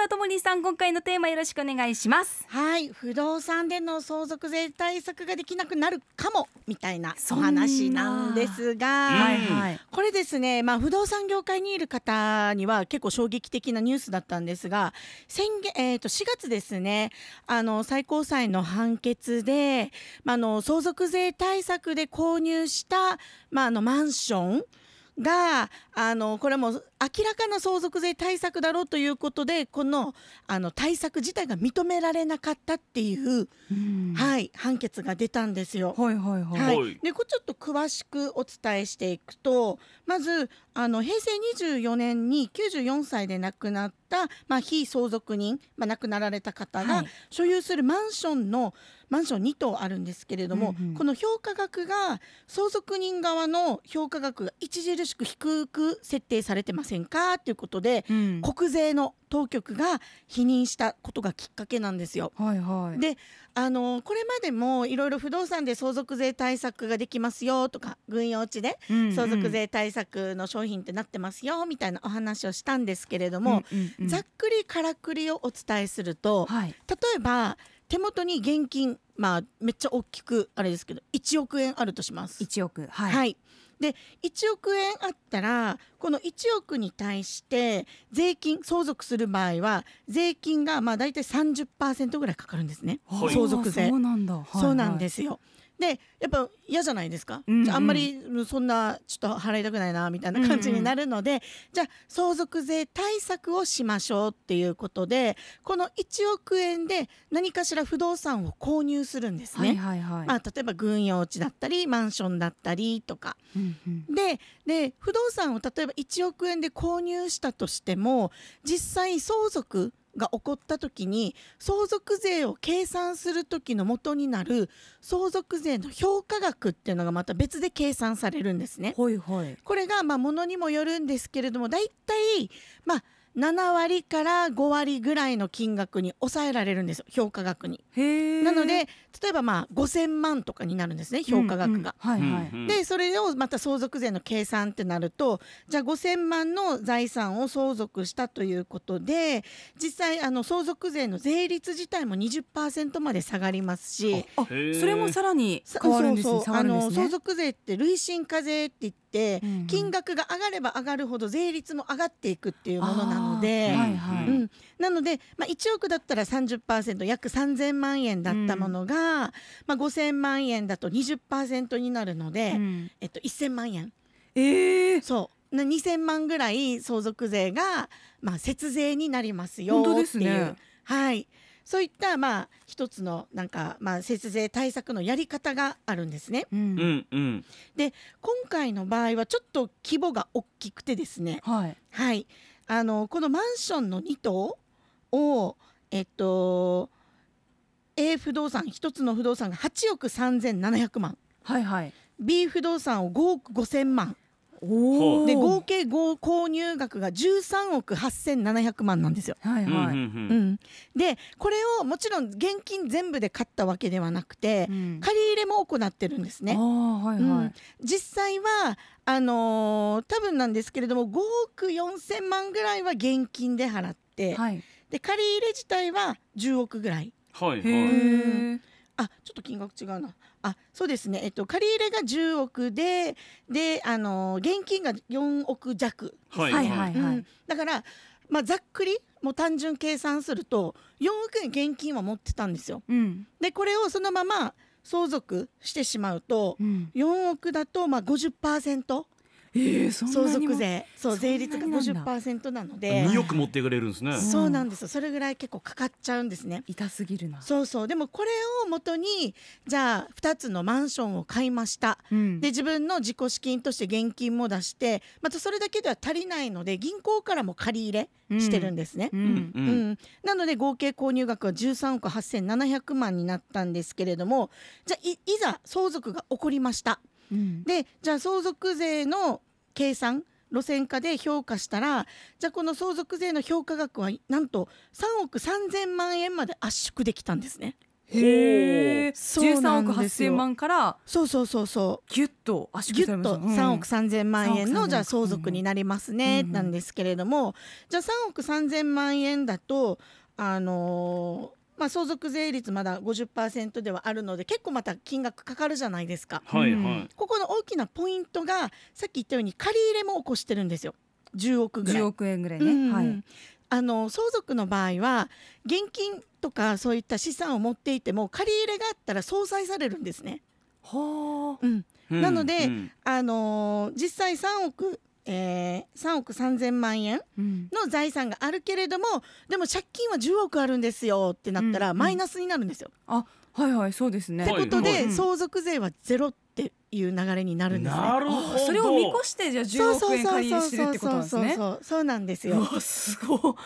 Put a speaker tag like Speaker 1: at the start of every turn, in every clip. Speaker 1: はともにさん今回のテーマよろしくお願いします
Speaker 2: はい不動産での相続税対策ができなくなるかもみたいなお話なんですが、
Speaker 3: はいはい
Speaker 2: これですね、まあ、不動産業界にいる方には結構衝撃的なニュースだったんですが先月、えー、と4月ですねあの最高裁の判決で、まあ、あの相続税対策で購入した、まあ、あのマンションがあのこれも明らかな相続税対策だろうということでこのあの対策自体が認められなかったっていう、
Speaker 1: い
Speaker 2: はい、判決が出たんですよ。
Speaker 1: はいはいはい
Speaker 2: は
Speaker 3: はい
Speaker 2: い、でこれちょっと詳しくお伝えしていくとまずあの平成24年に94歳で亡くなった、まあ、非相続人、まあ、亡くなられた方が
Speaker 1: はい
Speaker 2: 所有するマンションのマンション2棟あるんですけれども、
Speaker 1: うんうん
Speaker 2: この評価額が相続人側の評価額が著しく低く設定されてませんかということで
Speaker 1: うん
Speaker 2: 国税の当局が否認したことがきっかけなんですよ。
Speaker 1: はいはい
Speaker 2: であのこれまでもいろいろ不動産で相続税対策ができますよとか軍用地で
Speaker 1: うんうん
Speaker 2: 相続税対策の商品ってなってますよみたいなお話をしたんですけれども、
Speaker 1: うんうんうん
Speaker 2: ざっくりからくりをお伝えすると
Speaker 1: はい
Speaker 2: 例えば手元に現金まあめっちゃ大きくあれですけど1億円あるとします。
Speaker 1: 一億はい、
Speaker 2: はい、で1億円あったらこの1億に対して税金相続する場合は税金がまあ大体30%ぐらいかかるんですね、
Speaker 3: はい
Speaker 2: 相続
Speaker 1: あ
Speaker 2: 税
Speaker 1: そうなんだ、はいはい
Speaker 2: そうなんですよ。でやっぱ嫌じゃないですか、
Speaker 1: うんうん
Speaker 2: じゃああんまりそんなちょっと払いたくないなみたいな感じになるので、じゃあ相続税対策をしましょうっていうことでこの1億円で何かしら不動産を購入するんです
Speaker 1: は
Speaker 2: ね。
Speaker 1: いはいはい、
Speaker 2: まあ、例えば軍用地だったりマンションだったりとか
Speaker 1: うんうん
Speaker 2: でで不動産を例えば1億円で購入したとしても実際相続が起こった時に相続税を計算する時の元になる相続税の評価額っていうのがまた別で計算されるんですね。
Speaker 1: ほいほい
Speaker 2: これがまあものにもよるんですけれどもだいたいまあ7割から5割ぐらいの金額に抑えられるんですよ評価額に。
Speaker 1: へえ
Speaker 2: なので例えばまあ5,000万とかになるんですね評価額が。、
Speaker 1: うんうんはいはい、
Speaker 3: うんうん
Speaker 2: でそれをまた相続税の計算ってなるとじゃあ5,000万の財産を相続したということで実際あの相続税の税率自体も20%まで下がりますし。
Speaker 1: あ
Speaker 3: へー
Speaker 1: それもさらに
Speaker 2: さ
Speaker 1: 変わるんです
Speaker 2: そ
Speaker 1: ね
Speaker 2: う
Speaker 1: 下
Speaker 2: そう
Speaker 1: が
Speaker 2: あ
Speaker 1: るんです
Speaker 2: の
Speaker 1: ね
Speaker 2: 相続税って累進課税って言っ
Speaker 1: う
Speaker 2: て、
Speaker 1: ん
Speaker 2: 金額が上がれば上がるほど税率も上がっていくっていうものなの
Speaker 1: あ
Speaker 2: で
Speaker 1: ー、はいはい、
Speaker 2: うん、なので、まあ、1億だったら30%約3000万円だったものが、まあ、5000万円だと20%になるので、
Speaker 1: うん
Speaker 2: えっと、1000万円
Speaker 1: ええ
Speaker 2: そうな2000万ぐらい相続税が、まあ、節税になりますよ
Speaker 1: 本当で
Speaker 2: っ
Speaker 1: す
Speaker 2: ていう、
Speaker 1: ね
Speaker 2: はい、そういった、まあ、一つのなんか、まあ、節税対策のやり方があるんですね。
Speaker 1: う
Speaker 3: うんんうん
Speaker 2: 今回の場合はちょっと規模が大きくてですね、
Speaker 1: はい
Speaker 2: はい、あのこのマンションの2棟を、えっと、A 不動産1つの不動産が8億3700万
Speaker 1: はいはい
Speaker 2: B 不動産を5億5000万
Speaker 1: おお
Speaker 2: で合計合購入額が13億8700万なんですよ。
Speaker 1: はいうはい、
Speaker 3: ん
Speaker 2: う
Speaker 3: うん
Speaker 2: ん、でこれをもちろん現金全部で買ったわけではなくて
Speaker 1: うん
Speaker 2: 借り入れも行ってるんですね。
Speaker 1: ああはい
Speaker 2: うん
Speaker 1: はい、
Speaker 2: 実際はあのー多分なんですけれども5億4千万ぐらいは現金で払って、
Speaker 1: はい
Speaker 2: で借り入れ自体は10億ぐらい
Speaker 3: は
Speaker 1: へ
Speaker 3: いはい
Speaker 1: え
Speaker 2: あちょっと金額違うなあそうですね、えっと、借り入れが10億でで、あのー現金が4億弱、
Speaker 3: は
Speaker 1: はいはい
Speaker 2: うんだから、まあ、ざっくりもう単純計算すると4億円現金は持ってたんですよ
Speaker 1: うん
Speaker 2: でこれをそのまま相続してしまうと
Speaker 1: うん
Speaker 2: 4億だとまあ50%
Speaker 1: ええそんなに
Speaker 2: 相
Speaker 1: も
Speaker 2: 続税そう
Speaker 1: そんな
Speaker 2: 税
Speaker 1: に
Speaker 2: 率
Speaker 1: な
Speaker 2: が
Speaker 1: んだ
Speaker 2: 50%なので
Speaker 3: 2億持ってくれるんですね
Speaker 1: ん
Speaker 2: そうなんですよそれぐらい結構かかっちゃうんですね
Speaker 1: 痛すぎるな
Speaker 2: そうそうでもこれを元にじゃあ2つのマンションを買いました
Speaker 1: うん
Speaker 2: で自分の自己資金として現金も出してまたそれだけでは足りないので銀行からも借り入れしてるんですね。
Speaker 1: う
Speaker 3: うんんう
Speaker 2: うん
Speaker 3: ん
Speaker 2: なので合計購入額は13億8700万になったんですけれどもじゃあいいざ相続が起こりました
Speaker 1: うん
Speaker 2: でじゃあ相続税の計算路線化で評価したらじゃあこの相続税の評価額はなんと3億3000万円まで圧縮できたんですね。
Speaker 1: へえ。
Speaker 2: そう
Speaker 1: 十
Speaker 2: な
Speaker 1: 三
Speaker 2: ん
Speaker 1: 億
Speaker 2: で
Speaker 1: 八
Speaker 2: すよ
Speaker 1: 千万から
Speaker 2: そうそうそうそう
Speaker 1: ギュッと圧
Speaker 2: ぎゅ
Speaker 1: 縮
Speaker 2: っ
Speaker 1: されまし
Speaker 2: と
Speaker 1: た。
Speaker 2: 3億3,000万円
Speaker 1: 3
Speaker 2: の
Speaker 1: 億
Speaker 2: じゃあ相続になりますね
Speaker 1: うんうん
Speaker 2: なんですけれどもじゃあ3億3,000万円だとあのーまあ、相続税率まだ50%ではあるので結構また金額かかるじゃないですか。
Speaker 3: はい
Speaker 1: うん
Speaker 3: はい。
Speaker 2: ここの大きなポイントがさっき言ったように借り入れも起こしてるんですよ10億ぐらい
Speaker 1: 十。億円ぐらい
Speaker 2: うんうんう
Speaker 1: ね。
Speaker 2: ん
Speaker 1: はい。
Speaker 2: あの相続の場合は現金とかそういった資産を持っていても借り入れがあったら相殺されるんですね。
Speaker 1: は
Speaker 2: うん、
Speaker 3: うん
Speaker 2: なので
Speaker 3: うん
Speaker 2: あのー実際3億、えー、3億3000万円
Speaker 1: あ。うん。
Speaker 2: の財産があるけれどもでも借金は10億あるんですよってなった
Speaker 1: うん
Speaker 2: ら
Speaker 1: うん
Speaker 2: マイナスになるんですよ。
Speaker 1: はいはいそうですね。
Speaker 3: はい
Speaker 2: ってこと
Speaker 3: はい
Speaker 2: で
Speaker 1: うん
Speaker 2: 相続税はゼロっていう流れになるんですね。
Speaker 3: なるほ
Speaker 1: あ
Speaker 3: ど。
Speaker 1: それを見越してじゃあ十
Speaker 2: そう
Speaker 1: 億
Speaker 2: そう
Speaker 1: 円
Speaker 2: そう
Speaker 1: 借り入
Speaker 2: そう
Speaker 1: れしてるってことなんです
Speaker 2: そう
Speaker 1: ね。
Speaker 2: そうそうなんですよ。
Speaker 1: わすご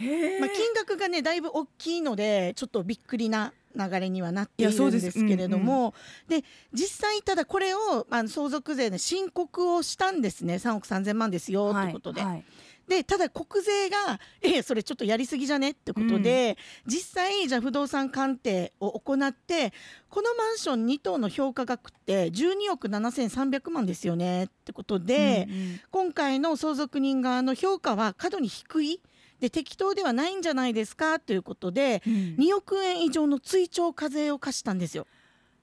Speaker 1: い。へえ。
Speaker 2: まあ、金額がねだいぶ大きいのでちょっとびっくりな流れにはなってい
Speaker 1: いやそ
Speaker 2: るん
Speaker 1: うで
Speaker 2: ですすけれどもで,、実際ただこれをあの相続税の申告をしたんですね3億3000万ですよってことで、
Speaker 1: はいはい
Speaker 2: でただ国税が 「ええそれちょっとやりすぎじゃね?」ってことで、実際じゃあ不動産鑑定を行ってこのマンション2棟の評価額って12億7300万ですよねってことで、
Speaker 1: うんうん
Speaker 2: 今回の相続人側の評価は過度に低いで適当ではないんじゃないですかということで
Speaker 1: うん
Speaker 2: 2億円以上の追徴課税を課したんですよ。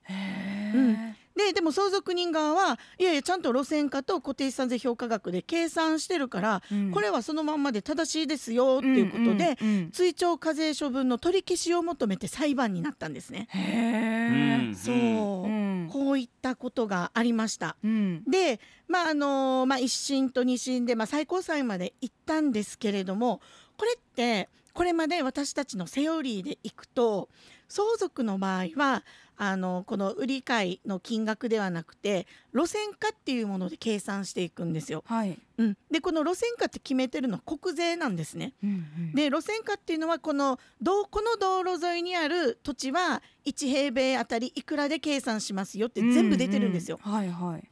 Speaker 1: へ
Speaker 2: う
Speaker 1: え。
Speaker 2: ででも相続人側はいやいやちゃんと路線価と固定資産税評価額で計算してるから、
Speaker 1: うん
Speaker 2: これはそのまんまで正しいですよっていうことで、
Speaker 1: うんうんうん
Speaker 2: 追徴課税処分の取り消しを求めて裁判になったんですね。
Speaker 1: へえ。
Speaker 2: そうう、
Speaker 1: ん
Speaker 2: こういったことがありました。
Speaker 1: うん
Speaker 2: で、まああのまあ、一審と二審で、まあ、最高裁まで行ったんですけれどもこれってこれまで私たちのセオリーでいくと相続の場合はあのこの売り買いの金額ではなくて路線価っていうもので計算していくんですよ。
Speaker 1: はい。
Speaker 2: うん、でこの路線価って決めてるのは国税なんですね。
Speaker 1: うんうん
Speaker 2: で路線価っていうのはこの道この道路沿いにある土地は1平米あたりいくらで計算しますよって全部出てるんですよ。
Speaker 1: ううはいはい。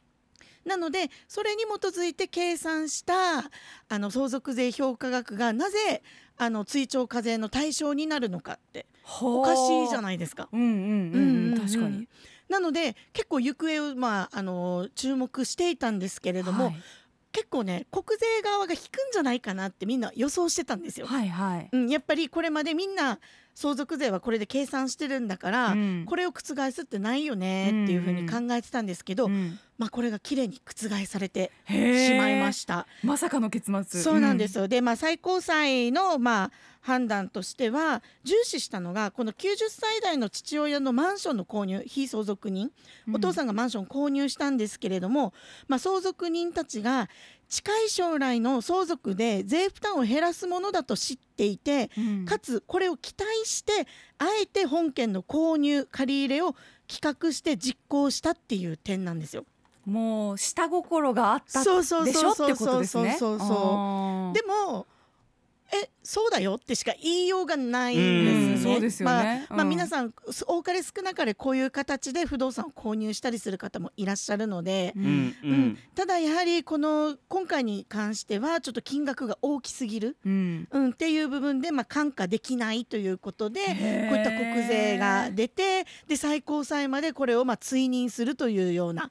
Speaker 2: なのでそれに基づいて計算したあの相続税評価額がなぜあの追徴課税の対象になるのかってお
Speaker 1: お
Speaker 2: かしいじゃ
Speaker 1: ない。
Speaker 2: ないですか。
Speaker 1: うんうん
Speaker 2: う
Speaker 1: うんん
Speaker 2: うん
Speaker 1: う
Speaker 2: うんん
Speaker 1: 確かに。
Speaker 2: なので結構行方を、まあ、あの注目していたんですけれども、
Speaker 1: はい
Speaker 2: 結構ね国税側が引くんじゃないかなってみんな予想してたんですよ。
Speaker 1: はいはい。
Speaker 2: うん、やっぱりこれまでみんな相続税はこれで計算してるんだから、
Speaker 1: うん
Speaker 2: これを覆すってないよねっていうふうに考えてたんですけど、
Speaker 1: うん
Speaker 2: まあ、これが綺麗に覆されて
Speaker 1: へ
Speaker 2: し
Speaker 1: え
Speaker 2: まいました。
Speaker 1: まさかの結末。
Speaker 2: そうなんですよ、で、まあ、最高裁の、まあ、判断としては重視したのがこの90歳代の父親のマンションの購入非相続人
Speaker 1: うん。
Speaker 2: お父さ
Speaker 1: ん。
Speaker 2: んがマンション購入したんですけれども、まあ、相続人たちが近い将来の相続で税負担を減らすものだと知っていて
Speaker 1: うん
Speaker 2: かつこれを期待してあえて本件の購入借り入れを企画して実行したっていう点なんですよ。
Speaker 1: もう下心があった
Speaker 2: そうそう
Speaker 1: でし
Speaker 2: そ
Speaker 1: ょっ
Speaker 2: う
Speaker 1: て
Speaker 2: そう
Speaker 1: こと
Speaker 2: そう
Speaker 1: です
Speaker 2: そう
Speaker 1: ね。
Speaker 2: そうそう。でもえそうだよってしか言いようがないん
Speaker 1: う
Speaker 2: で
Speaker 1: ん
Speaker 2: すよね。
Speaker 1: そうですよ
Speaker 2: まあ
Speaker 1: ね。
Speaker 2: まあ、皆
Speaker 1: ん
Speaker 2: さんす多かれ少なかれこういう形で不動産を購入したりする方もいらっしゃるので、
Speaker 1: う
Speaker 3: うんん
Speaker 2: う
Speaker 3: うんん。
Speaker 2: ただやはりこの今回に関してはちょっと金額が大きすぎる、
Speaker 1: うん。
Speaker 2: うん、っていう部分で、まあ、感化できないということで
Speaker 1: こう
Speaker 2: こういった国税が出てで最高裁までこれをまあ追認するというような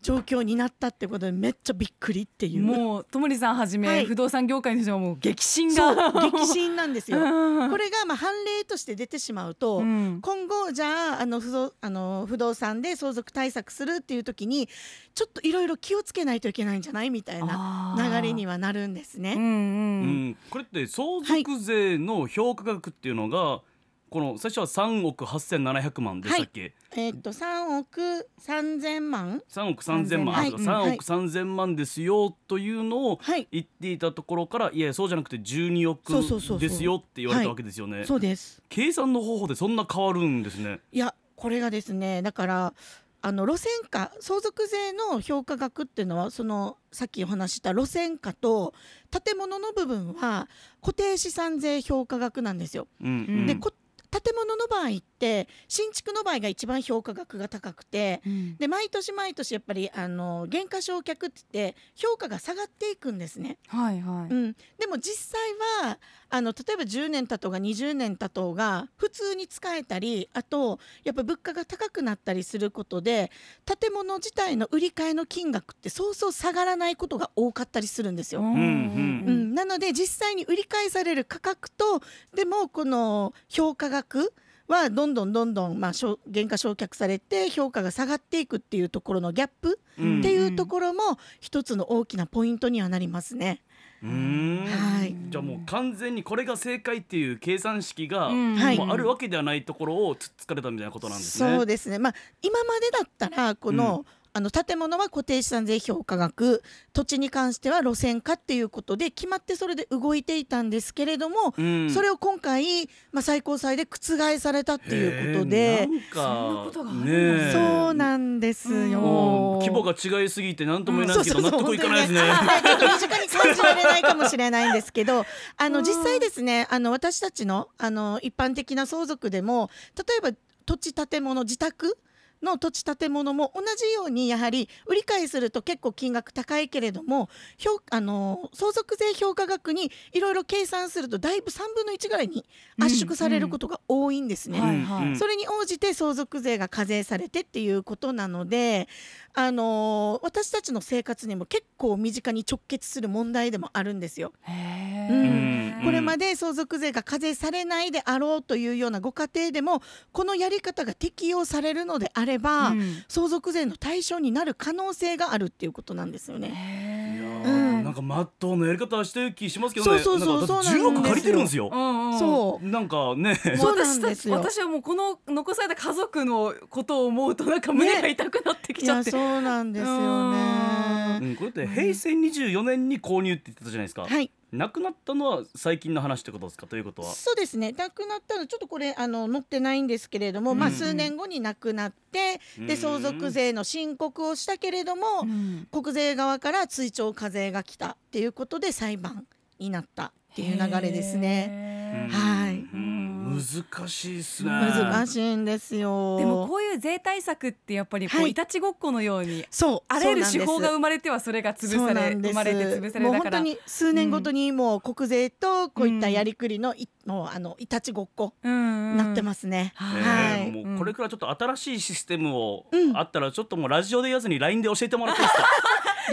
Speaker 2: 状況になったってことでめっちゃびっくりっていう
Speaker 1: もうともりさんはじめ、
Speaker 2: はい
Speaker 1: 不動産業界の人はもう激震
Speaker 2: そ
Speaker 1: が
Speaker 2: う激震なんですよ。
Speaker 1: うん
Speaker 2: これがまあ判例として出てしまうと、
Speaker 1: うん
Speaker 2: 今後じゃああの不動あの不動産で相続対策するっていう時にちょっといろいろ気をつけないといけないんじゃないみたいな
Speaker 1: あー
Speaker 2: 流れにはなるんです
Speaker 1: う
Speaker 2: ね。
Speaker 1: ん
Speaker 3: う
Speaker 1: うん
Speaker 3: ん。これって相続税の評価額っていうのがこの最初は三億八千七百万でしたっけ？
Speaker 2: えーっと3億3000万
Speaker 3: 三億三千万。
Speaker 2: はい
Speaker 3: あそうか三
Speaker 2: はい
Speaker 3: 億三千万ですよというのを
Speaker 2: はい
Speaker 3: 言っていたところからいやそうじゃなくて12億
Speaker 2: そうそうそうそう
Speaker 3: ですよって言われ
Speaker 2: はい
Speaker 3: たわけですよね、
Speaker 2: そうです
Speaker 3: 計算の方法でそんな変わるんですね
Speaker 2: いやこれがですねだからあの路線価相続税の評価額っていうのはそのさっきお話しした路線価と建物の部分は固定資産税評価額なんですよ。
Speaker 3: うんうん
Speaker 1: うん
Speaker 2: でこ建建物の場合って新築の場合が一番評価額が高くて
Speaker 1: うん
Speaker 2: で毎年毎年やっぱりあの減価償却って言って評価が下がっていくんですね。
Speaker 1: はいは
Speaker 2: う
Speaker 1: い。
Speaker 2: ん、でも実際はあの例えば10年経とうが20年経とうが普通に使えたりあとやっぱ物価が高くなったりすることで建物自体の売り買いの金額ってそうそう下がらないことが多かったりするんですよ。
Speaker 1: ん
Speaker 3: うん
Speaker 2: う。ん、なので実際に売り買いされる価格とでもこの評価額はどんどんどんどん、まあ、しょ減価償却されて評価が下がっていくっていうところのギャップ
Speaker 3: うん
Speaker 2: っていうところも一つの大きなポイントにはなりますね。
Speaker 3: うーん
Speaker 2: はい
Speaker 3: じゃあもう完全にこれが正解っていう計算式が、
Speaker 1: うん
Speaker 2: はい
Speaker 3: もうあるわけではないところをつっつかれたみたいなことなんですね。
Speaker 2: そうですね。まあ今までだったらこの、あの建物は固定資産税評価額土地に関しては路線化っていうことで決まってそれで動いていたんですけれども、
Speaker 3: うん
Speaker 2: それを今回、まあ、最高裁で覆されたっていうこと
Speaker 3: へ
Speaker 2: で
Speaker 3: ーなん
Speaker 1: そ
Speaker 3: か
Speaker 1: んなことがあるんだ
Speaker 3: ねえ
Speaker 2: そうなんですよ、
Speaker 3: もう規模が違いすぎて何とも言えないですけど、
Speaker 2: うんそう
Speaker 3: 納
Speaker 2: そうそう
Speaker 3: 得いかないですね。
Speaker 2: はいちょっと身近に感じられないかもしれないんですけ ど、あの実際ですね、あの私たちのあの一般的な相続でも、例えば土地建物自宅。の土地建物も同じようにやはり売り買いすると結構金額高いけれども評あの相続税評価額にいろいろ計算するとだいぶ3分の1ぐらいに圧縮されることが多いんですね。
Speaker 1: うんはいはい
Speaker 3: うん
Speaker 2: それに応じて相続税が課税されてっていうことなので、あのー私たちの生活にも結構身近に直結する問題でもあるんですよ。
Speaker 1: へ
Speaker 2: う
Speaker 1: え
Speaker 3: ん
Speaker 2: これまで相続税が課税されないであろうというようなご家庭でもこのやり方が適用されるのであれば、
Speaker 1: うん
Speaker 2: 相続税の対象になる可能性があるっていうことなんですよね。
Speaker 1: へ
Speaker 3: いや
Speaker 1: え
Speaker 3: ー
Speaker 2: うん
Speaker 3: なんか真っ当なやり方してる気しますけどね。
Speaker 2: そうそうそう
Speaker 3: なんか
Speaker 2: そうなんです
Speaker 3: 10
Speaker 2: よ
Speaker 3: 億借りてるんですよ。
Speaker 1: うんうん
Speaker 2: そう
Speaker 3: なんかね。
Speaker 1: もう
Speaker 2: そうな
Speaker 1: 私
Speaker 2: ん
Speaker 1: た
Speaker 2: で
Speaker 1: ち
Speaker 2: すよ
Speaker 1: 私はもうこの残された家族のことを思うとなんか胸が痛くなってき
Speaker 2: い
Speaker 1: ちゃ
Speaker 2: や
Speaker 1: って、
Speaker 2: そうなんですよ
Speaker 1: う
Speaker 2: ね。
Speaker 3: うん、これって平成24年に購入って言ってたじゃないですか。
Speaker 2: はい
Speaker 3: 亡くなったのは最近の話ってことですかということは。
Speaker 2: そうですね亡くなったのちょっとこれあの載ってないんですけれども、まあ、
Speaker 3: うん
Speaker 2: 数年後に亡くなって、
Speaker 3: う
Speaker 2: で
Speaker 3: ん
Speaker 2: 相続税の申告をしたけれども、
Speaker 1: うん
Speaker 2: 国税側から追徴課税が来たっていうことで裁判になったっていう流れですね。
Speaker 1: へー
Speaker 3: うん
Speaker 2: はい
Speaker 3: うん難しいですね。
Speaker 2: 難
Speaker 3: い。
Speaker 2: しいんですよ
Speaker 1: でもこういう税対策ってやっぱりこう、
Speaker 2: はい
Speaker 1: い、たちごっこのように
Speaker 2: そう
Speaker 1: あらゆる手
Speaker 2: そ
Speaker 1: 法
Speaker 2: うな
Speaker 1: が
Speaker 2: んです
Speaker 1: 生まれてはそれが潰
Speaker 2: そう
Speaker 1: さ
Speaker 2: な
Speaker 1: れ
Speaker 2: ん
Speaker 1: 生
Speaker 2: です
Speaker 1: まれて潰され
Speaker 2: もう
Speaker 1: だ
Speaker 2: 本
Speaker 1: か
Speaker 2: 当
Speaker 1: ら
Speaker 2: に数年ごとにもう国税とこういったやりくりのい、もうあのいたちごっこにな
Speaker 1: な
Speaker 2: ってますね。
Speaker 1: は
Speaker 2: はい
Speaker 3: ねえもうこれからちょっと新しいシステムを
Speaker 2: うん
Speaker 3: あったらちょっともうラジオで言わずに LINE で教えてもらっていいですか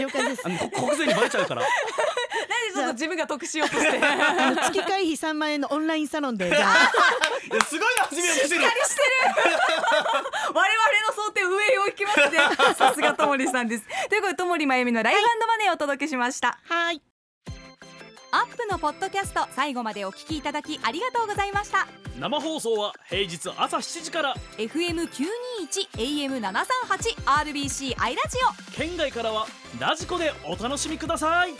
Speaker 2: 了解です
Speaker 3: あのこ国税にバレちゃ うから
Speaker 1: なんでちょっと自分が得しようとしてしっか
Speaker 2: あの月会費3万円のオンラインサロンでじゃあ
Speaker 3: いやすごいの始めようとしてる
Speaker 1: りしてる我々の想定上を行きますねさすがともりさんですということでともりまゆみのライフマネーをお届けしました、
Speaker 2: はい。
Speaker 1: アップのポッドキャスト最後までお聞きいただきありがとうございました
Speaker 3: 生放送は平日朝7時から
Speaker 1: FM921 AM738 RBC アイラジオ
Speaker 3: 県外からはラジコでお楽しみください